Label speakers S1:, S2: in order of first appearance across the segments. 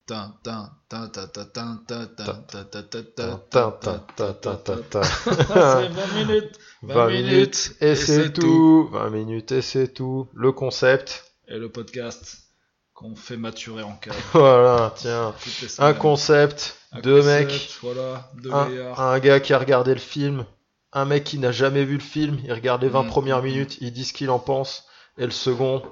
S1: C'est 20 minutes.
S2: 20 minutes et c'est tout. 20 minutes et c'est tout. Le concept.
S1: Et le podcast qu'on fait maturer en cave.
S2: Voilà, tiens.
S1: Toutes les
S2: Un
S1: semaines.
S2: concept,
S1: Un
S2: deux
S1: concept,
S2: mecs,
S1: Voilà, deux
S2: un,
S1: gaillards.
S2: un gars qui a regardé le film, un mec qui n'a jamais vu le film, il regarde les 20
S1: Mm,
S2: premières
S1: mm.
S2: minutes, il dit ce qu'il en pense, et le second,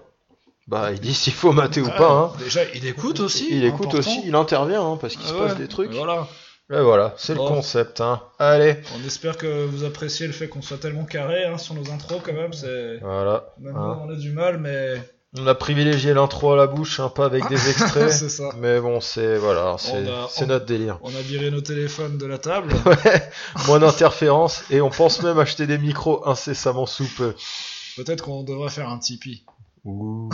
S2: bah il dit s'il faut mater ou pas. hein.
S1: Déjà, il écoute aussi.
S2: Il écoute
S1: important.
S2: aussi, il intervient hein, parce qu'il se
S1: Ah
S2: passe
S1: ouais,
S2: des trucs.
S1: Voilà.
S2: Et voilà, c'est
S1: Bon.
S2: le concept. Hein. Allez,
S1: On espère que vous appréciez le fait qu'on soit tellement carré hein, sur nos intros quand même. C'est
S2: voilà.
S1: même
S2: Hein.
S1: nous, on a du mal, mais
S2: On a privilégié l'intro à la bouche, hein, pas avec des extraits.
S1: c'est ça.
S2: mais bon, c'est voilà, c'est
S1: a-
S2: c'est
S1: on-
S2: notre délire.
S1: On a viré nos téléphones de la table.
S2: Ouais, moins d'interférences et on pense même acheter des micros incessamment sous peu.
S1: Peut-être qu'on devrait faire un Tipeee.
S2: Ouh.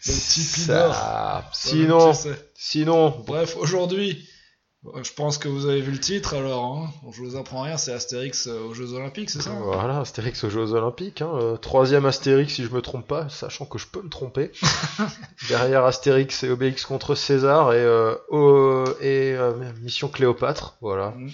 S1: Tipeee
S2: Ça- Sinon,
S1: Ouais, je sais.
S2: sinon,
S1: Bref, aujourd'hui, euh, je pense que vous avez vu le titre alors. Hein. Je vous apprends rien, c'est Astérix euh, aux Jeux Olympiques, c'est ça hein.
S2: voilà, Astérix aux Jeux Olympiques, hein, euh, troisième Astérix si je me trompe pas, sachant que je peux me tromper. Derrière Astérix et Obélix contre César et, euh, au- et euh, Mission Cléopâtre, voilà.
S1: Mmh.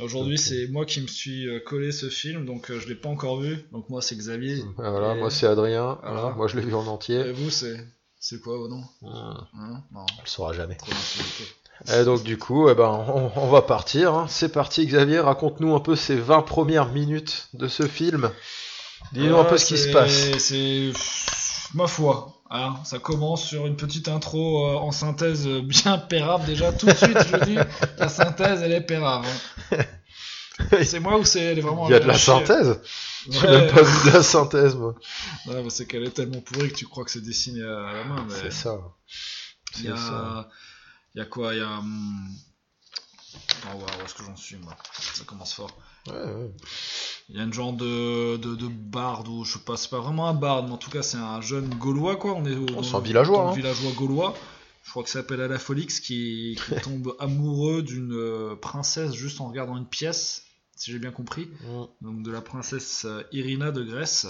S1: Aujourd'hui,
S2: Ok.
S1: c'est moi qui me suis euh, collé ce film, donc euh, je l'ai pas encore vu. Donc moi, c'est Xavier.
S2: Ah, Voilà,
S1: Et-
S2: moi c'est Adrien,
S1: Voilà.
S2: voilà, moi je l'ai vu en entier.
S1: Et vous, c'est c'est quoi vos noms
S2: Hum,
S1: Hein Non,
S2: on le saura jamais.
S1: trop d'intimité.
S2: Et donc du coup, eh ben, on, on va partir. hein. C'est parti Xavier, raconte-nous un peu ces 20 premières minutes de ce film. Dis-nous
S1: Voilà,
S2: un peu ce qui se
S1: c'est-
S2: passe.
S1: C'est ma foi. hein, ça commence sur une petite intro euh, en synthèse euh, bien pérable déjà. Tout de suite, je dis, la synthèse, elle est pérable. hein. C'est moi ou c'est elle est vraiment
S2: Il y a de la
S1: lâchée
S2: synthèse J'ai
S1: Ouais.
S2: même pas vu de la synthèse moi.
S1: Ouais, mais c'est qu'elle est tellement pourrie que tu crois que c'est dessiné à la main. Mais
S2: C'est ça.
S1: il y a,
S2: C'est ça.
S1: il y a quoi Il y a. hum, Oh, waouh, où est-ce que j'en suis moi Ça commence fort.
S2: Ouais, ouais.
S1: Il y a une genre de, de, de barde, ou je sais pas, c'est pas vraiment un barde, mais en tout cas, c'est un jeune gaulois, quoi. On est au,
S2: c'est un villageois,
S1: dans le
S2: hein.
S1: villageois gaulois. Je crois que ça s'appelle Alafolix, qui, qui tombe amoureux d'une euh, princesse juste en regardant une pièce, si j'ai bien compris.
S2: Mm.
S1: Donc de la princesse euh, Irina de Grèce.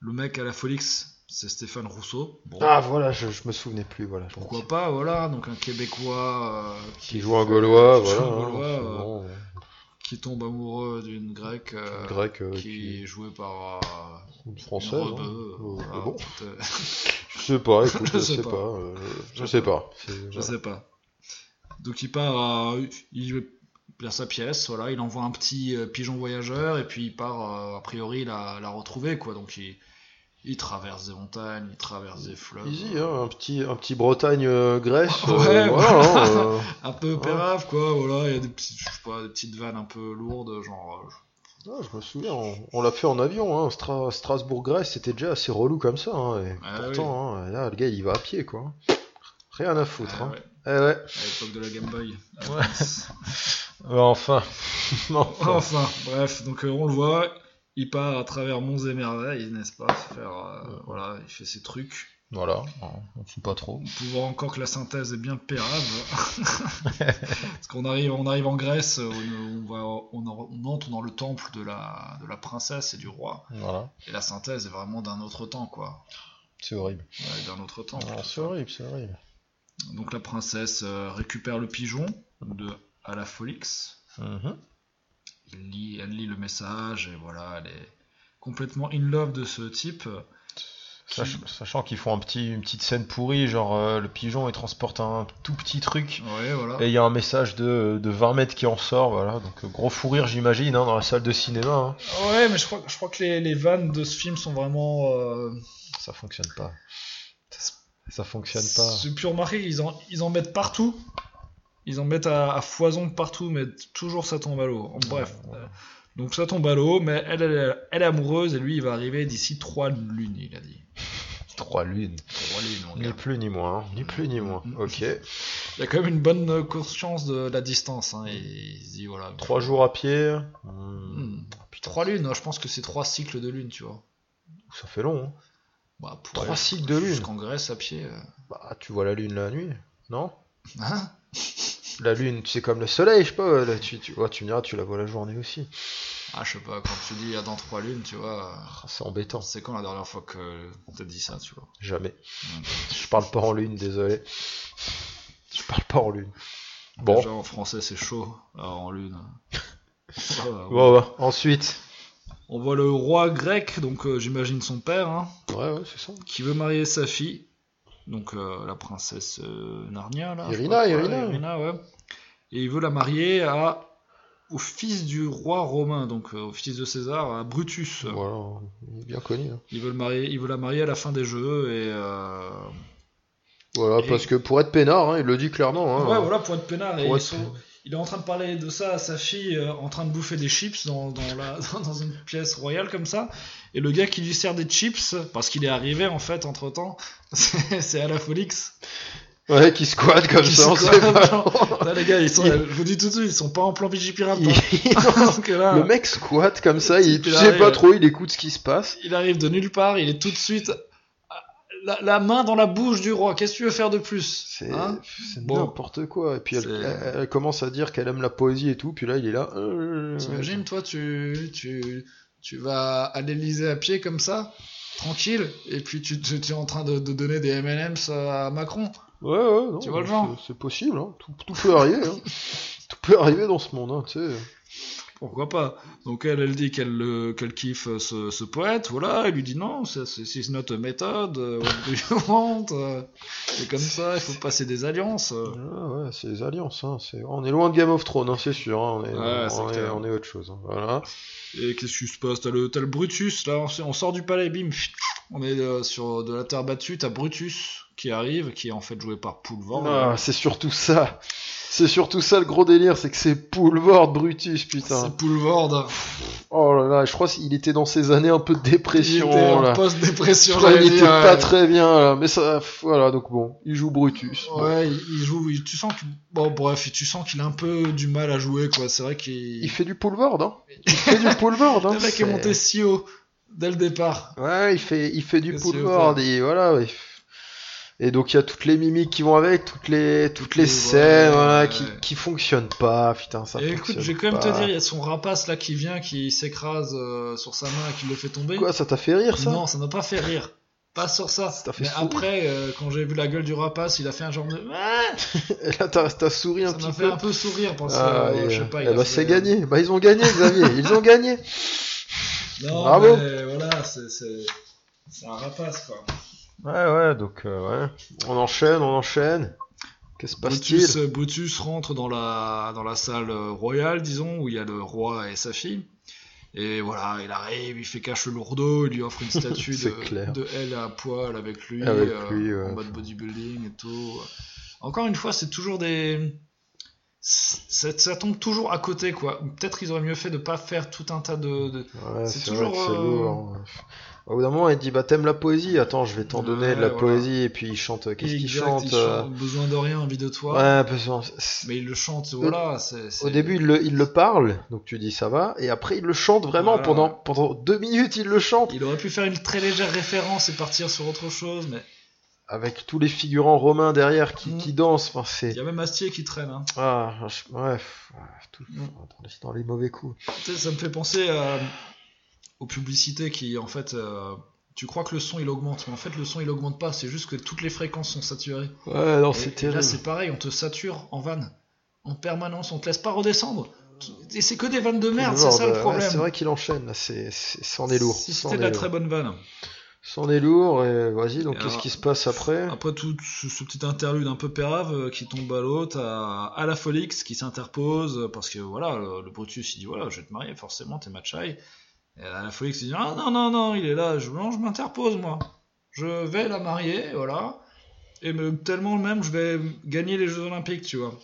S1: Le mec Alafolix, c'est Stéphane Rousseau. Bon,
S2: Ah voilà, je, je me souvenais plus. Voilà. je-
S1: pourquoi pas, voilà. Donc un Québécois euh,
S2: Qui joue un Gaulois,
S1: qui joue
S2: voilà.
S1: un
S2: hein,
S1: Gaulois,
S2: c'est
S1: euh,
S2: bon,
S1: qui tombe amoureux d'une grecque. euh,
S2: une Grecque euh,
S1: qui,
S2: qui
S1: est jouée par. euh,
S2: une
S1: Une
S2: française.
S1: robe,
S2: hein.
S1: euh,
S2: Oh,
S1: voilà,
S2: ah bon
S1: peut-être, euh,
S2: Je sais pas, écoute,
S1: Je
S2: je
S1: sais
S2: sais
S1: pas.
S2: pas. euh, je sais pas. C'est-
S1: je
S2: voilà.
S1: sais pas. Donc il part, à- il perd sa pièce, voilà, il envoie un petit euh, pigeon voyageur et puis il part euh, a priori la, la retrouver quoi. Donc il, il traverse des montagnes, il traverse des fleuves,
S2: Easy, hein, un petit, un petit Bretagne euh, Grèce.
S1: Ouais,
S2: euh, voilà,
S1: voilà.
S2: hein, euh,
S1: un peu pérave quoi. Voilà, il y a des petites, je sais pas, des petites vannes un peu lourdes, genre. euh,
S2: ah, je me souviens, on, on l'a fait en avion, hein, Stra- Strasbourg-Grèce, c'était déjà assez relou comme ça. hein, et
S1: Ah,
S2: pourtant, hein, là, le gars, il va à pied, quoi. Rien à foutre.
S1: ah
S2: hein.
S1: ouais,
S2: Eh ouais.
S1: à l'époque de la Game Boy.
S2: Ouais.
S1: Advance.
S2: Euh, enfin. enfin.
S1: Enfin, bref, donc euh, on le voit, il part à travers monts et merveilles, n'est-ce pas se faire, euh, Voilà, il fait ses trucs.
S2: Voilà, on ne fout pas trop.
S1: Pouvant encore que la synthèse est bien pérave. Parce qu'on arrive, on arrive en Grèce, on, on va, on, en- on entre dans le temple de la, de la princesse et du roi.
S2: Voilà,
S1: Et la synthèse est vraiment d'un autre temps, quoi.
S2: c'est horrible.
S1: Ouais, d'un autre temps.
S2: Non, c'est horrible, c'est horrible.
S1: Donc la princesse euh, récupère le pigeon de Alafolix. Mm-hmm. Il lit, elle lit le message et voilà, elle est complètement in love de ce type.
S2: Sach- sachant qu'ils font un petit, une petite scène pourrie, genre euh, le pigeon il transporte un tout petit truc
S1: Ouais, voilà.
S2: et il y a un message de, de 20 mètres qui en sort, voilà. Donc euh, gros fou rire j'imagine hein, dans la salle de cinéma, hein.
S1: Ouais, mais je crois, je crois que les, les vannes de ce film sont vraiment. euh,
S2: ça fonctionne pas. Ça fonctionne pas.
S1: J'ai pu remarquer qu'ils en, ils en mettent partout. Ils en mettent à, à foison partout, mais toujours ça tombe à l'eau. En- Bref. euh, Donc ça tombe à l'eau, mais elle, elle, elle est amoureuse et lui, il va arriver d'ici trois lunes, il a dit.
S2: Trois lunes.
S1: Trois lunes, mon
S2: Ni
S1: gars.
S2: plus ni moins, hein. ni plus ni moins.
S1: Mm.
S2: Ok.
S1: Il a quand même une bonne euh, conscience de la distance. hein, et il se dit, voilà.
S2: Trois jours à pied. Mm.
S1: Hmm.
S2: Ah, putain,
S1: Trois lunes, hein, je pense que c'est trois cycles de lune, tu vois.
S2: ça fait long. hein.
S1: Bah, pour
S2: Trois
S1: aller
S2: cycles de lune.
S1: Jusqu'en Grèce à pied. euh.
S2: Bah tu vois la lune la nuit, non
S1: Hein
S2: euh, La lune, c'est comme le soleil, je sais pas. là, tu, tu, ouais, tu me diras, tu la vois la journée aussi.
S1: Ah, je sais pas, quand tu dis à dans trois lunes, tu vois.
S2: Ah, C'est embêtant.
S1: C'est quand la dernière fois que t'as dit ça, tu vois
S2: Jamais.
S1: Mm.
S2: Je parle pas en lune, désolé. Je parle pas en lune. Bon.
S1: Déjà, en français, c'est chaud, là, en lune. Voilà, on-
S2: Bon, bah, ensuite.
S1: On voit le roi grec, donc euh, j'imagine son père, hein,
S2: Ouais, ouais, c'est ça.
S1: qui veut marier sa fille, donc euh, la princesse euh, Narnia, là. je
S2: Irina,
S1: crois,
S2: Irina.
S1: ouais, ouais. Et il veut la marier à au fils du roi romain, donc euh, au fils de César, à Brutus.
S2: Voilà, il est bien connu. hein.
S1: Il veut, le marier, il veut la marier à la fin des Jeux, et... euh,
S2: Voilà,
S1: Et-
S2: parce que pour être peinard, hein, il le dit clairement. hein.
S1: Ouais, voilà, pour être peinard, et
S2: Pour
S1: ils
S2: être-
S1: sont- Il est en train de parler de ça à sa fille, euh, en train de bouffer des chips dans, dans la, dans une pièce royale comme ça. Et le gars qui lui sert des chips, parce qu'il est arrivé en fait entre temps, c'est c'est à la Folix.
S2: Ouais, qui squatte comme
S1: Qui
S2: ça, on
S1: squatte,
S2: sait Ah, pas.
S1: Là, les gars, ils sont,
S2: Il-
S1: je vous dis tout de suite, ils sont pas en plan Vigipirate. hein.
S2: Il-
S1: Parce que là,
S2: Le mec squatte comme ça, il
S1: Il
S2: tu sais
S1: arrive.
S2: pas trop, il écoute ce qui se passe.
S1: il arrive de nulle part, il est tout de suite à- la, la main dans la bouche du roi. Qu'est-ce que tu veux faire de plus
S2: C'est
S1: Hein
S2: c'est
S1: Bon.
S2: n'importe quoi. Et puis elle,
S1: C'est-
S2: elle- elle commence à dire qu'elle aime la poésie et tout, puis là il est là. euh,
S1: T'imagines, toi, tu, tu, tu vas à l'Elysée à pied comme ça, tranquille, et puis tu, tu- tu es en train de, de donner des MLMs à Macron.
S2: Ouais, ouais, non.
S1: Tu vois le
S2: c'est-
S1: genre
S2: C'est possible, hein. tout, tout peut arriver. hein. Tout peut arriver dans ce monde, hein, tu sais.
S1: Pourquoi pas Donc elle, elle dit qu'elle le- qu'elle kiffe ce, ce poète, voilà, il lui dit non, ça, c'est c'est notre méthode, euh, what do you want, euh, c'est comme ça, il faut passer des alliances. euh.
S2: Ah ouais, c'est les alliances. Hein. c'est- On est loin de Game of Thrones, hein, c'est sûr. hein, On, est,
S1: Ouais, c'est
S2: on, est,
S1: clair.
S2: on est autre chose. hein, Voilà.
S1: Et qu'est-ce qui se passe T'as le, t'as le Brutus, là, on, s- on sort du palais, bim, chut, on est euh, sur de la terre battue, t'as Brutus qui arrive, qui est en fait joué par Poulvord.
S2: Ah, c'est surtout ça. C'est surtout ça le gros délire, c'est que c'est Boulevard Brutus, putain.
S1: c'est Poulvord.
S2: Oh là là, je crois qu'il était dans ses années un peu de
S1: Il
S2: dépression.
S1: était en
S2: là. Je
S1: post-dépression.
S2: crois
S1: j'allais
S2: qu'il était
S1: dire,
S2: pas
S1: ouais.
S2: très bien, là. Mais ça, voilà, donc bon, il joue Brutus. Bon.
S1: Ouais, il il joue, il- tu sens que... Bon, bref, tu sens qu'il a un peu du mal à jouer, quoi. C'est vrai qu'il...
S2: Il fait du Boulevard, hein. Il fait du Boulevard, hein.
S1: Le mec
S2: c'est-
S1: est monté si haut dès le départ.
S2: Ouais, il fait, il fait du
S1: Qu'est-ce
S2: boulevard,
S1: qu'il
S2: et voilà. ouais. Et donc il y a toutes les mimiques qui vont avec, toutes les, toutes les
S1: les-
S2: scènes,
S1: ouais,
S2: voilà,
S1: ouais.
S2: qui, qui fonctionnent pas, putain, ça
S1: Et écoute,
S2: fonctionne
S1: je vais quand même
S2: pas.
S1: te dire, il y a son rapace là qui vient, qui s'écrase euh, sur sa main et qui le fait tomber.
S2: Quoi, ça t'a fait rire ça
S1: non, ça m'a pas fait rire. Pas sur ça.
S2: Ça t'a fait
S1: Mais
S2: sourire.
S1: après, euh, quand j'ai vu la gueule du rapace, il a fait un genre de. Ouais
S2: Et Là, t'as t'as souri un
S1: ça
S2: petit
S1: m'a fait
S2: peu.
S1: un peu sourire parce que
S2: Ah,
S1: euh,
S2: et,
S1: je sais pas.
S2: eh
S1: il a
S2: bah,
S1: fait-
S2: c'est gagné. Bah, ils ont gagné, Xavier. Ils ont gagné.
S1: Non,
S2: Bravo.
S1: mais voilà, c'est- c'est c'est un rapace quoi.
S2: Ouais, ouais, donc, euh, ouais. On enchaîne, on enchaîne. Qu'est-ce qui se passe-t-il
S1: Brutus, euh, Brutus rentre dans la, dans la salle euh, royale, disons, où il y a le roi et sa fille. Et voilà, il arrive, il fait cache le lourdeau, il lui offre une statue
S2: C'est
S1: de,
S2: clair.
S1: de elle à poil avec lui,
S2: Avec
S1: euh,
S2: lui, ouais.
S1: en mode bodybuilding et tout. Encore une fois, c'est toujours des. Ça, ça tombe toujours à côté, quoi. Peut-être ils auraient mieux fait de pas faire tout un tas de. de-
S2: Ouais,
S1: C'est
S2: c'est vrai que
S1: toujours,
S2: c'est
S1: euh,
S2: lourd. hein. Au bout d'un moment, il dit Bah, t'aimes la poésie Attends, je vais t'en donner de la
S1: Ouais, voilà.
S2: poésie. Et puis, il chante. euh, Qu'est-ce qu'il
S1: Exact,
S2: chante
S1: il
S2: euh,
S1: chante Besoin de rien, envie de toi.
S2: Ouais, parce que c'est-
S1: Mais il le chante, voilà. c'est- c'est-
S2: au début, il le, il le parle, donc tu dis ça va, et après, il le chante vraiment.
S1: Voilà.
S2: Pendant, pendant deux minutes, il le chante.
S1: Il aurait pu faire une très légère référence et partir sur autre chose, mais
S2: Avec tous les figurants romains derrière qui,
S1: Mm.
S2: qui dansent. Enfin,
S1: il y
S2: c'est.
S1: a même Astier qui traîne. hein.
S2: Ah, je- ouais, pff, ouais, tout-
S1: Mm.
S2: attendez, c'est dans les mauvais coups.
S1: Tu sais, Ça me fait penser à- aux publicités qui, en fait, euh, tu crois que le son il augmente, mais en fait le son il augmente pas, c'est juste que toutes les fréquences sont saturées.
S2: Ouais, non,
S1: Et-
S2: Oh, c'est
S1: et, là
S2: terrible.
S1: c'est pareil, on te sature en vanne, en permanence, on te laisse pas redescendre. Et c'est que des vannes de merde, c'est
S2: Lord,
S1: ça le
S2: ouais,
S1: problème.
S2: c'est vrai qu'il enchaîne, là, c'est, c'est, c'en est lourd.
S1: Si
S2: c'en
S1: c'était de
S2: est
S1: la
S2: lourd.
S1: très bonne vanne.
S2: C'en est lourd, et vas-y, donc
S1: Et
S2: qu'est-ce
S1: alors-
S2: qui se passe après
S1: Après tout ce, ce petit interlude un peu pérave euh, qui tombe à l'autre, à, à la Folix qui s'interpose, euh, parce que voilà, le, le Brutus il dit voilà, je vais te marier, forcément, t'es Machai. Et à la Folix il dit ah, non, non, non, il est là, je, non, je m'interpose moi. Je vais la marier, voilà. Et me- tellement même, je vais gagner les Jeux Olympiques, tu vois.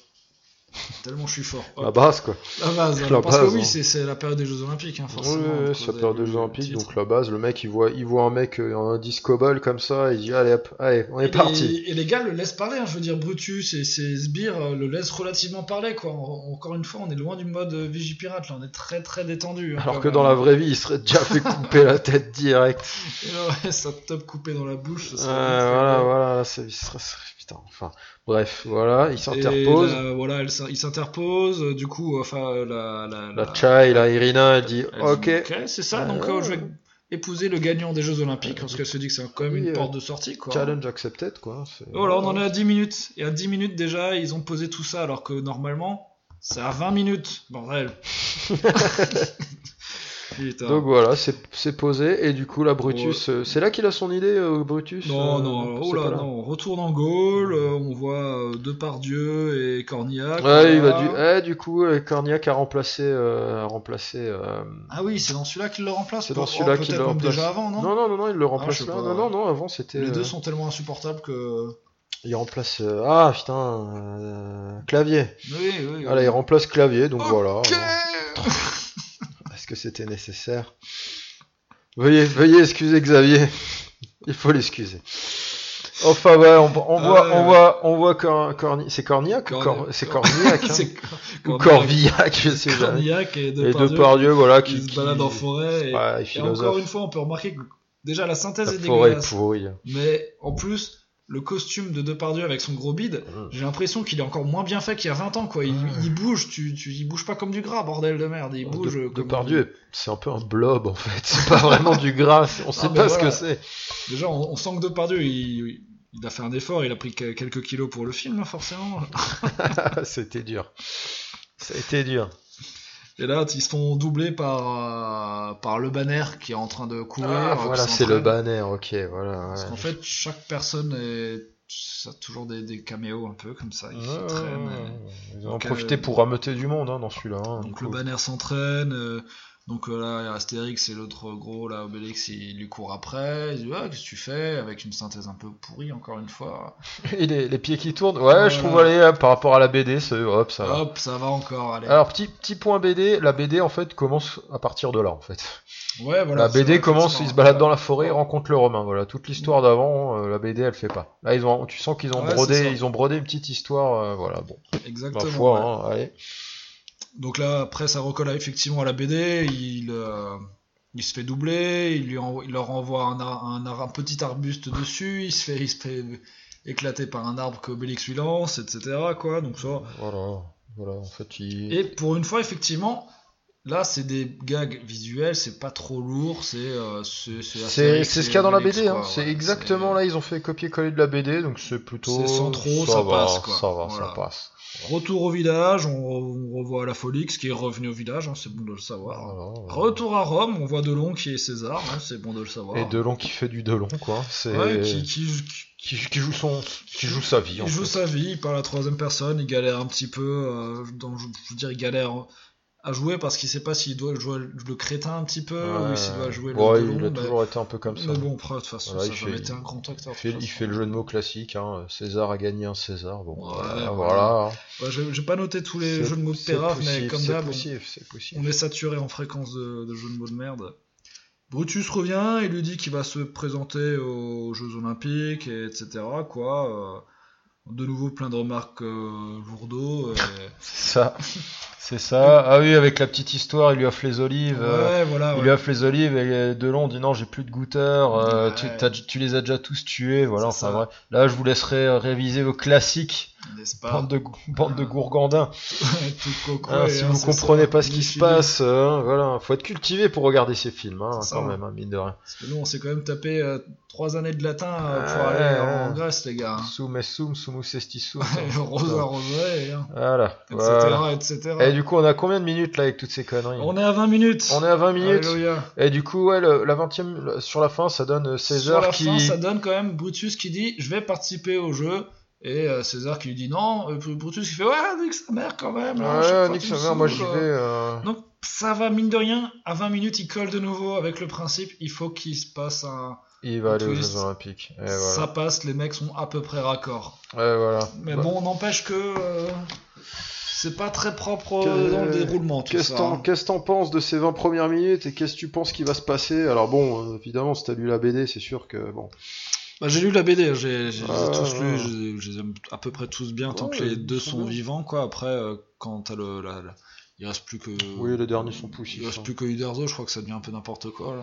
S1: Tellement je suis fort. Hop.
S2: La base, quoi.
S1: La base,
S2: la
S1: parce
S2: base,
S1: que oui,
S2: hein.
S1: c'est- c'est la période des Jeux Olympiques, hein, forcément.
S2: Ouais, ouais,
S1: à
S2: ouais,
S1: cause
S2: ça
S1: des-
S2: perd deux
S1: du
S2: olympiques,
S1: titre.
S2: donc la base, le mec, il voit, il voit un mec, euh, un disque cobalt comme ça, il dit, allez hop, allez, on est
S1: Et
S2: parti.
S1: les- Et les gars le laissent parler, hein, je veux dire, Brutus et ses sbires euh, le laissent relativement parler, quoi. En- Encore une fois, on est loin du mode euh, Vigipirate, là, on est très très détendu. hein,
S2: Alors
S1: quand
S2: que
S1: même.
S2: dans la vraie vie, il serait déjà fait couper la tête direct.
S1: Et là, ouais, ça te tape coupé dans la bouche. ça
S2: Euh,
S1: serait pas très
S2: voilà,
S1: bien.
S2: voilà, là, ça, il serait, serait- putain, enfin, bref, voilà, il
S1: Et
S2: s'interpose.
S1: là, voilà, elle s- il s'interpose, euh, du coup, enfin, euh, la, la,
S2: La Chai, la Irina, elle dit
S1: elle dit,
S2: Ok,
S1: c'est ça,
S2: Ah
S1: donc euh, je vais
S2: ouais.
S1: épouser le gagnant des Jeux Olympiques, parce qu'elle se dit que c'est quand même
S2: Oui,
S1: une
S2: euh,
S1: porte de sortie, quoi.
S2: challenge accepted quoi. c'est-
S1: Oh là, on en est à 10 minutes. Et à 10 minutes déjà, ils ont posé tout ça, alors que normalement, c'est à 20 minutes. Bordel. Putain.
S2: Donc voilà, c'est c'est posé et du coup là Brutus, euh, c'est là qu'il a son idée euh, Brutus.
S1: non,
S2: euh,
S1: non,
S2: c'est
S1: oh
S2: pas
S1: là, non. On retourne en Gaule, euh, on voit euh, Depardieu et Cornillac.
S2: Ouais, il va
S1: voilà.
S2: du... eh, du coup, euh, Cornillac a remplacé, euh, a remplacé euh,
S1: Ah oui, c'est dans celui-là qu'il le remplace.
S2: C'est dans
S1: Oh,
S2: celui-là qu'il
S1: peut-être
S2: le
S1: même
S2: remplace.
S1: déjà avant, Ah, non,
S2: Non, non, non, non, il le remplace
S1: je sais
S2: là.
S1: pas,
S2: Non,
S1: ouais.
S2: non, non, avant c'était.
S1: Les
S2: euh,
S1: deux sont tellement insupportables que.
S2: Il remplace. euh, Ah putain, euh, clavier.
S1: Oui, oui.
S2: Voilà, Ah, il remplace clavier, donc
S1: Ok.
S2: voilà. Est-ce que c'était nécessaire Veuillez, veuillez excuser Xavier. Il faut l'excuser. Enfin ouais, on, on
S1: Ah
S2: voit,
S1: ouais,
S2: on
S1: ouais.
S2: voit, on voit Cor- Corni- c'est Cornillac, ou
S1: Corni-
S2: Cor- c'est Cornillac, hein
S1: C'est
S2: ou
S1: Cornillac.
S2: Corvillac, je sais jamais.
S1: Cornillac et
S2: Et
S1: Depardieu.
S2: Depardieu, voilà, qui,
S1: qui se
S2: qui-
S1: balade en forêt. Et,
S2: Ouais,
S1: et
S2: philosophe.
S1: encore une fois, on peut remarquer que déjà la synthèse
S2: La
S1: est
S2: forêt est
S1: dégueulasse.
S2: pourrie.
S1: Mais en plus, le costume de Depardieu avec son gros bide,
S2: Mm.
S1: j'ai l'impression qu'il est encore moins bien fait qu'il y a 20 ans. quoi. Il,
S2: Ouais. Oh,
S1: il bouge, tu, tu, il bouge pas comme du gras, bordel de merde. Il bouge
S2: De,
S1: euh, comme.
S2: Depardieu, c'est un peu un blob en fait. C'est pas vraiment du gras. On sait
S1: Ah, mais
S2: pas ce
S1: voilà.
S2: que c'est.
S1: Déjà, on, on sent que Depardieu, il, il a fait un effort, il a pris que- quelques kilos pour le film, hein, forcément.
S2: Ah, C'était dur. C'était dur.
S1: Et là, ils se font doubler par, euh, par le banner qui est en train de courir.
S2: Ah,
S1: euh, qui
S2: voilà, c'est le
S1: s'entraîne.
S2: banner. Ok, voilà.
S1: Parce
S2: ouais.
S1: qu'en fait, chaque personne est... ça a toujours des, des caméos un peu comme ça. qui
S2: Ouais,
S1: traînent, et-
S2: ouais, ouais. Ils ont
S1: Donc,
S2: profité
S1: euh,
S2: pour ameuter du monde hein, dans celui-là. hein,
S1: Donc
S2: du
S1: le
S2: coup.
S1: banner s'entraîne. euh, Donc euh, là, il y a Astérix et l'autre gros, là, Obélix, il lui court après. Il dit Ah, qu'est-ce que tu fais Avec une synthèse un peu pourrie, encore une fois.
S2: Et les, les pieds qui tournent. Ouais, je
S1: Voilà.
S2: trouve allez, euh, par rapport à la BD, c'est hop, ça va. Ah,
S1: Hop, ça va encore, allez.
S2: Alors petit petit point BD, la BD en fait commence à partir de là en fait.
S1: ouais, voilà,
S2: la
S1: c'est
S2: BD
S1: vrai,
S2: commence,
S1: effectivement.
S2: ils se baladent dans la forêt, ils rencontrent le Romain. Voilà, toute l'histoire d'avant, euh, la BD elle fait pas. Là ils ont, tu sens qu'ils ont
S1: Ouais, c'est
S2: brodé,
S1: ça.
S2: ils ont brodé une petite histoire. euh, voilà, bon, ma
S1: Exactement.
S2: foi,
S1: ouais.
S2: hein, allez.
S1: Donc là, après, ça recolle effectivement à la BD. Il, euh, il se fait doubler, il, lui envoie- il leur envoie un, ar- un ar- un petit arbuste dessus, il se fait, il se fait éclater par un arbre que Obélix lui lance, etc. Quoi. Donc ça...
S2: Voilà, voilà. En fait, ils...
S1: Et pour une fois, effectivement, là, c'est des gags visuels, c'est pas trop lourd, c'est. euh, c'est c'est
S2: C'est
S1: Astérix
S2: c'est ce
S1: et
S2: qu'il y a dans la
S1: Obélix,
S2: BD, hein.
S1: quoi,
S2: c'est
S1: ouais,
S2: exactement là, ils ont fait copier-coller de la BD, donc c'est plutôt.
S1: C'est sans trop, ça
S2: va,
S1: passe, quoi.
S2: Ça va, ça
S1: Voilà.
S2: passe.
S1: Retour au village, on, re- on revoit la Folix qui est revenue au village, hein, c'est bon de le savoir.
S2: Voilà.
S1: Retour à Rome, on voit Delon qui est César, hein, c'est bon de le savoir.
S2: Et Delon qui fait du Delon, quoi. C'est
S1: Ouais, qui, qui-
S2: qui- qui joue son, qui joue sa vie. en
S1: Il joue
S2: fait.
S1: sa vie, il parle à la troisième personne, il galère un petit peu. euh, dans, je, je veux dire, il galère à jouer parce qu'il sait pas s'il doit jouer le crétin un petit peu
S2: Ouais.
S1: ou s'il doit jouer le.
S2: Ouais,
S1: Delon,
S2: il a
S1: mais-
S2: toujours été un peu comme ça.
S1: Mais bon, après, de toute façon,
S2: Voilà,
S1: ça
S2: il
S1: a
S2: fait-
S1: jamais été un grand acteur.
S2: Il
S1: de
S2: fait,
S1: toute
S2: il
S1: façon.
S2: fait le jeu de mots classique, hein. César a gagné un César, bon,
S1: Ouais,
S2: voilà.
S1: voilà.
S2: voilà.
S1: Ouais, j'ai- J'ai pas noté tous les
S2: C'est-
S1: jeux de mots de
S2: c'est
S1: Pérave, mais
S2: poussif,
S1: comme
S2: C'est
S1: d'hab, on-
S2: poussif, c'est poussif.
S1: on est saturé en fréquence de, de jeux de mots de merde. Brutus revient et lui dit qu'il va se présenter aux Jeux Olympiques, et etc. Quoi. euh, de nouveau, plein de remarques euh, lourdeau.
S2: C'est ça. C'est ça. Ah oui, avec la petite histoire, il lui offre les
S1: Et...
S2: olives. euh,
S1: Ouais, voilà.
S2: Il
S1: Ah ouais.
S2: lui offre les olives et Delon dit non, j'ai plus de goûteurs, euh, tu,
S1: Ouais.
S2: t'as- tu les as déjà tous tués, voilà,
S1: C'est
S2: enfin
S1: ça.
S2: bref. Là, je vous laisserai euh, réviser vos classiques,
S1: N'est-ce pas
S2: bande de, gou- bande de gourgandins.
S1: Tout coco,
S2: Hein,
S1: et,
S2: si
S1: hein,
S2: vous
S1: c'est
S2: comprenez
S1: ça.
S2: pas ce qui se
S1: Difficile.
S2: passe, euh, voilà, faut être cultivé pour regarder ces films, hein, quand
S1: C'est ça.
S2: même, hein, mine de rien.
S1: Parce que nous, on s'est quand même tapé euh, trois années de latin euh, pour
S2: Ouais,
S1: aller
S2: Ah, ouais.
S1: en Grèce, les gars. hein.
S2: Sum et sum, sumus esti sum.
S1: Rose à rose, et, hein,
S2: Voilà.
S1: etc.
S2: voilà.
S1: etc.
S2: Et du coup, on a combien de minutes là avec toutes ces conneries
S1: On est à 20 minutes.
S2: On est à 20 minutes.
S1: Alléluia.
S2: Et du coup, ouais, le- la 20e, le- sur la fin, ça donne euh,
S1: Sur
S2: César
S1: la
S2: qui.
S1: fin, ça donne quand même Brutus qui dit Je vais participer au jeu. Et euh, César qui lui dit non. Et puis Brutus qui fait Ouais, nique sa mère quand même. là, à hein, chaque
S2: Ouais,
S1: fois,
S2: Nick
S1: tu me
S2: Summer, moi j'y vais.
S1: saoules, euh.
S2: euh,
S1: Donc ça va, mine de rien. À 20 minutes, il colle de nouveau avec le principe Il faut qu'il se passe un.
S2: Il va aller aux
S1: Twist.
S2: Jeux Olympiques. Et
S1: Ça
S2: voilà.
S1: passe, les mecs sont à peu près raccord.
S2: Et voilà.
S1: Mais
S2: Bah,
S1: bon, n'empêche que euh, c'est pas très propre
S2: Que-
S1: euh, dans le déroulement tout
S2: Qu'est-ce
S1: ça.
S2: t'en
S1: hein.
S2: qu'est-ce t'en penses de ces 20 premières minutes et qu'est-ce que tu penses qui va se passer Alors bon, euh, évidemment, si t'as lu la BD, c'est sûr que bon.
S1: Bah, j'ai lu la BD, j'ai j'ai
S2: Ouais,
S1: tous
S2: ouais.
S1: lu, je- je les aime à peu près tous bien tant
S2: Ouais,
S1: que les
S2: ils
S1: deux
S2: sont
S1: sont
S2: bien.
S1: vivants quoi. Après, euh, quand t'as le, la, la- il reste plus que
S2: Oui, les derniers sont poussifs,
S1: Il reste
S2: hein.
S1: plus que Uderzo, je crois que ça devient un peu n'importe quoi là.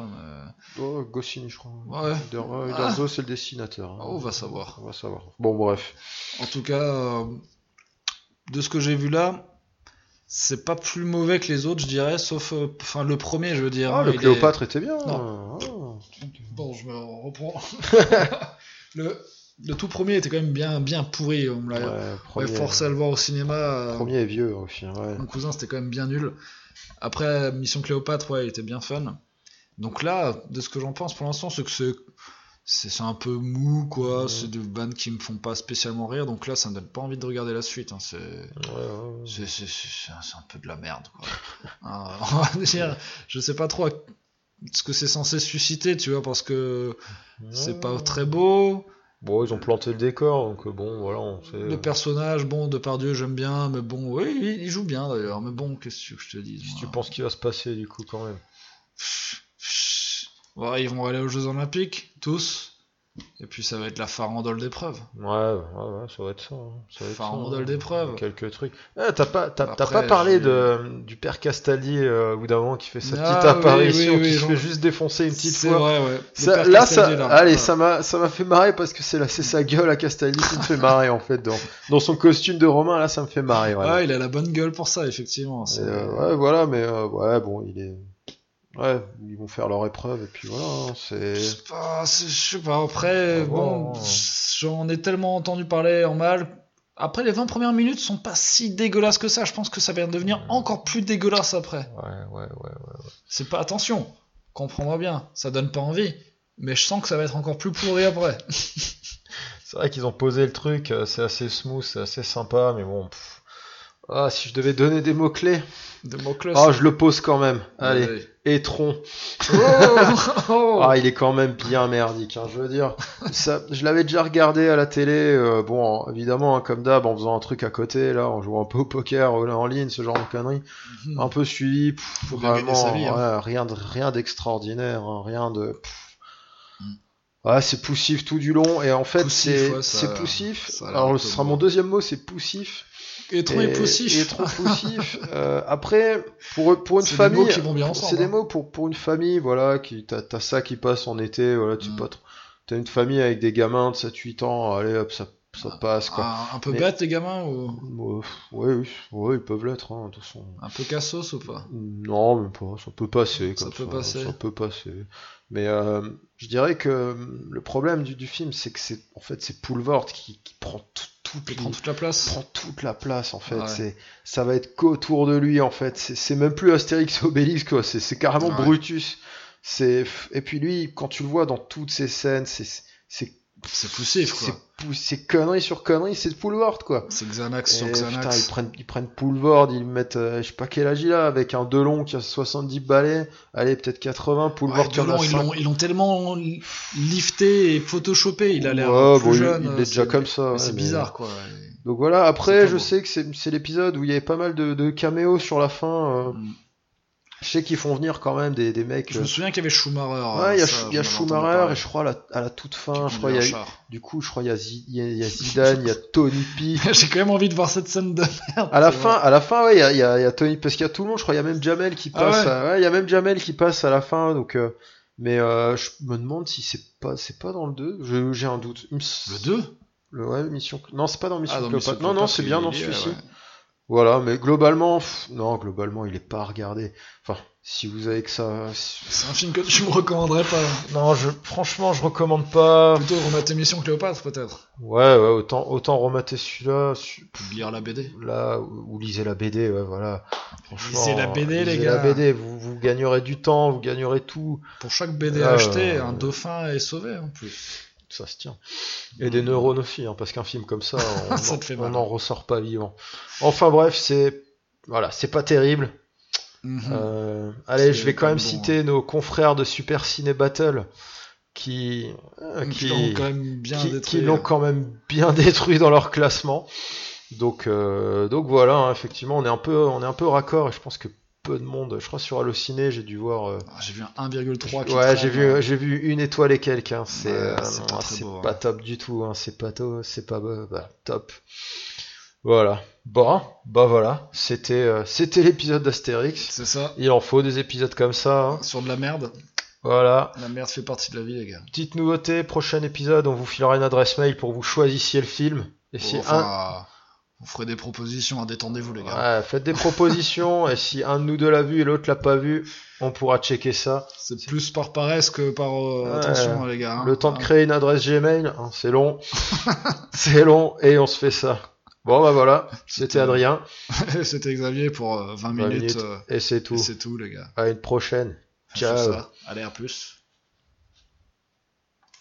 S1: mais-
S2: Oh, Goscinny, je crois.
S1: Ouais. Oh,
S2: Der- euh, Uderzo, c'est le dessinateur. hein.
S1: Ah, on va savoir.
S2: On va savoir. Bon, bref.
S1: En tout cas, euh, de ce que j'ai vu là, c'est pas plus mauvais que les autres, je dirais, sauf euh, enfin le premier, je veux dire.
S2: Ah,
S1: hein,
S2: le
S1: il est-
S2: Cléopâtre était bien. hein. Ah.
S1: Bon, je me reprends. le, le tout premier était quand même bien, bien pourri. On me
S2: Ah.
S1: l'a
S2: Ouais,
S1: on m'avait
S2: premier,
S1: forcé à le voir au cinéma. euh,
S2: premier est vieux aussi. Ouais.
S1: Mon cousin, c'était quand même bien nul. Après, Mission Cléopâtre, ouais, il était bien fun. Donc là, de ce que j'en pense pour l'instant, c'est que c'est. C'est c'est un peu mou, quoi.
S2: Ouais.
S1: C'est des bandes qui me font pas spécialement rire. Donc là, ça me donne pas envie de regarder la suite. hein. C'est.
S2: Ouais, ouais.
S1: C'est c'est- c'est- c'est un c'est un peu de la merde, quoi. Hein, on va dire, je sais pas trop à- ce que c'est censé susciter, tu vois, parce que c'est pas très beau.
S2: Bon, ils ont planté le décor, donc euh, bon, voilà, on sait. euh,
S1: Le personnage, bon, de Dieu, j'aime bien, mais bon, oui, il, il joue bien d'ailleurs, mais bon, qu'est-ce que tu veux que je te dise
S2: Si
S1: moi
S2: tu penses qu'il va se passer, du coup, quand même.
S1: Pff, pff. Ouais, ils vont aller aux Jeux Olympiques, tous. Et puis ça va être la farandole d'épreuve.
S2: Ouais, ouais, ouais, ça va être ça. hein. Ça va être
S1: Enfin,
S2: ça,
S1: on donne
S2: hein.
S1: des preuves.
S2: Quelques trucs. Ah, t'as pas, t'as, t'as
S1: Après,
S2: pas parlé
S1: j'ai-
S2: de, du père Castaldi euh, au bout d'un moment qui fait sa
S1: Ah,
S2: petite apparition,
S1: oui, oui,
S2: qui
S1: oui,
S2: se
S1: j'en-
S2: fait juste défoncer une petite
S1: C'est
S2: fois.
S1: vrai, ouais. Le
S2: Ça-
S1: père
S2: là, ça,
S1: Castaldi, là.
S2: allez,
S1: Ouais.
S2: ça m'a, ça m'a fait marrer parce que c'est, la, c'est sa gueule à Castaldi qui me fait marrer en fait. Dans, dans son costume de Romain, là, ça me fait marrer. vraiment.
S1: Ouais, il a la bonne gueule pour ça, effectivement.
S2: Et,
S1: c'est-
S2: euh, ouais, voilà, mais euh, ouais, bon, il est. Ouais, ils vont faire leur épreuve et puis voilà, hein, c'est.
S1: Je sais pas, c'est- je sais pas. Après,
S2: Ah
S1: bon,
S2: bon.
S1: j'en ai tellement entendu parler en mal. Après, les 20 premières minutes sont pas si dégueulasses que ça. Je pense que ça va devenir encore plus dégueulasse après.
S2: Ouais, ouais, ouais.
S1: C'est pas attention, comprends-moi bien, ça donne pas envie. Mais je sens que ça va être encore plus pourri après.
S2: C'est vrai qu'ils ont posé le truc, euh, c'est assez smooth, c'est assez sympa, mais bon. pff. Ah, si je devais donner des mots-clés.
S1: De Moclos.
S2: Ah, je le pose quand même. Allez, Étron. Ah, il est quand même bien merdique, hein, je veux dire. Ça, je l'avais déjà regardé à la télé, euh, bon, en- évidemment, hein, comme d'hab, en faisant un truc à côté, là, en jouant un peu au poker euh, en ligne, ce genre de conneries.
S1: Mhm.
S2: Un peu suivi, pff,
S1: Faut bien
S2: Oh, vraiment,
S1: gagner sa vie, hein.
S2: ouais, rien de- rien d'extraordinaire, hein, rien de... pff.
S1: Mm.
S2: Ouais, c'est poussif tout du long, et en fait,
S1: Poussif,
S2: c'est
S1: ouais, ça-
S2: c'est poussif.
S1: ça a l'air un
S2: Alors,
S1: peu
S2: ce sera
S1: beau.
S2: mon deuxième mot, c'est poussif.
S1: Et trop
S2: Et-
S1: est poussif.
S2: et trop poussif. Euh, après, pour, pour une
S1: Ah, C'est des
S2: famille,
S1: mots qui vont bien ensemble,
S2: c'est des
S1: hein.
S2: mots pour, pour une famille, voilà, qui t'as t'as ça qui passe en été, voilà, tu
S1: Mm.
S2: pas trop- T'as une famille avec des gamins de 7-8 ans, allez hop, ça, ça passe quoi.
S1: Ah, un peu
S2: Mais-
S1: bête les gamins ou
S2: Ouais, ouais, oui, ouais, ils peuvent l'être, hein, de toute façon.
S1: un peu cassos ou pas
S2: Non, même pas, ça peut passer.
S1: Ça
S2: Comme ça,
S1: peut passer.
S2: ça peut passer. Mais euh, je dirais que le problème du, du film, c'est que c'est en fait c'est Poulvord qui, qui prend tout,
S1: Il
S2: toutes
S1: prend toute la place.
S2: prend toute la place en fait.
S1: Ouais.
S2: C'est, ça va être qu'autour de lui en fait. C'est, c'est même plus Astérix et Obélix quoi. C'est, c'est carrément
S1: Ah Ouais.
S2: Brutus. C'est et puis lui quand tu le vois dans toutes ces scènes, c'est c'est
S1: C'est poussif quoi.
S2: c'est, pou- c'est connerie sur connerie, c'est de Poulvord quoi.
S1: C'est Xanax
S2: Et,
S1: sur
S2: putain, ils
S1: Xanax.
S2: prennent ils prennent Poulvord, ils mettent euh, je sais pas quel âge il a avec un Delon qui a 70 balais, allez peut-être 80 Poulvord
S1: Ouais,
S2: qui en a
S1: Delon, ils
S2: 50.
S1: l'ont- ils l'ont tellement li- lifté et photoshopé, il a l'air
S2: Ouais,
S1: plus
S2: bon, il-
S1: jeune.
S2: il,
S1: euh,
S2: est déjà
S1: c'est-
S2: comme ça.
S1: mais
S2: ouais,
S1: c'est
S2: mais-
S1: bizarre quoi.
S2: Donc voilà,
S1: C'est
S2: après
S1: pas
S2: je
S1: beau.
S2: sais que c'est c'est l'épisode où il y avait pas mal de, de caméos sur la fin. euh.
S1: Mm.
S2: Je sais qu'ils font venir quand même des, des mecs.
S1: Je
S2: euh,
S1: me souviens qu'il y avait Schumacher.
S2: Ouais, il y a,
S1: ça,
S2: il y
S1: j'en avais entendu
S2: a Schumacher
S1: parler,
S2: et je crois à la, à la toute
S1: qui
S2: fin, je crois
S1: conduit
S2: il y a,
S1: un char.
S2: du coup je crois il y a, Zi- il y a- il y a Zidane, il y a Tony P.
S1: J'ai quand même envie de voir cette scène de merde.
S2: À la
S1: c'est
S2: fin, à la fin ouais, il y a, il y a- il y a Tony parce qu'il y a tout le monde. Je crois il y a même Jamel qui
S1: Ah
S2: passe.
S1: ouais.
S2: à- ouais, il y a même Jamel qui passe à la fin. Donc euh, mais euh, je me demande si c'est pas c'est pas dans le 2 Je- J'ai un doute. Il me
S1: vrai.
S2: s-
S1: Le 2
S2: le- ouais, mission. Non c'est pas dans Mission
S1: Ah, dans
S2: Cléopâtre.
S1: Mission
S2: Non non
S1: Cléopâtre,
S2: c'est
S1: il
S2: bien
S1: est
S2: dans
S1: lié,
S2: celui-ci.
S1: ouais.
S2: Voilà, mais globalement, pff, non, globalement, il est pas regardé. Enfin, si vous avez que ça. si-
S1: C'est un film que tu me recommanderais pas.
S2: Non, je, franchement, je recommande pas.
S1: Plutôt remettre Mission Cléopâtre peut-être.
S2: Ouais, ouais, autant, autant remater celui-là, su-
S1: Ou Lire la BD.
S2: là, ou, ou lisez la BD, ouais, voilà. Franchement,
S1: Lisez la BD, les
S2: lisez
S1: gars.
S2: la BD, vous, vous gagnerez du temps, vous gagnerez tout.
S1: Pour chaque BD
S2: Euh,
S1: achetée, un dauphin est sauvé en plus.
S2: Ça se tient. Et des neurones aussi, hein, parce qu'un film comme ça, on,
S1: Mm. Ça
S2: en-
S1: te fait
S2: on
S1: mal.
S2: en ressort pas vivant. Enfin, bref, c'est. Voilà, c'est pas terrible.
S1: Mhm.
S2: Euh,
S1: C'est
S2: allez, je vais quand
S1: pas
S2: même
S1: bon, hein.
S2: citer nos confrères de Super Ciné Battle qui euh,
S1: Donc,
S2: qui
S1: ils l'ont quand même bien
S2: qui- qui
S1: détruit. hein.
S2: l'ont quand même bien détruit dans leur classement. Donc euh, donc voilà, hein, effectivement, on est un peu on est un peu raccord et je pense que peu de monde, je crois sur Allociné, j'ai dû voir euh,
S1: Ah, J'ai vu un 1,3 qui
S2: Ouais, j'ai
S1: traîne, euh,
S2: vu j'ai vu une étoile et quelques hein. c'est
S1: Ouais,
S2: euh,
S1: c'est pas
S2: non,
S1: très
S2: c'est
S1: beau, hein.
S2: pas top du tout, hein. c'est pas to- c'est pas beau, bah, top. Voilà. Bon, bah voilà, c'était euh, c'était l'épisode d'Astérix.
S1: C'est ça.
S2: Il en faut des épisodes comme ça. hein.
S1: Sur de la merde.
S2: Voilà.
S1: La merde fait partie de la vie, les gars.
S2: Petite nouveauté, prochain épisode, on vous filera une adresse mail pour vous choisissiez le film. Et si
S1: Enfin, On ferait des propositions, hein, détendez-vous les gars.
S2: Ouais, faites des propositions et si un de nous deux l'a vu et l'autre l'a pas vu, on pourra checker ça.
S1: C'est plus par paresse que par euh, attention hein, les gars. hein.
S2: Le temps de
S1: Ah,
S2: créer une adresse Gmail, hein, c'est long, c'est long et on se fait ça. Bon bah voilà, c'était Adrien
S1: C'était Xavier pour euh, 20,
S2: 20
S1: minutes.
S2: minutes,
S1: euh,
S2: et c'est
S1: et
S2: tout.
S1: c'est tout les gars.
S2: À une prochaine.
S1: C'est
S2: Ciao.
S1: ça. Allez, à plus.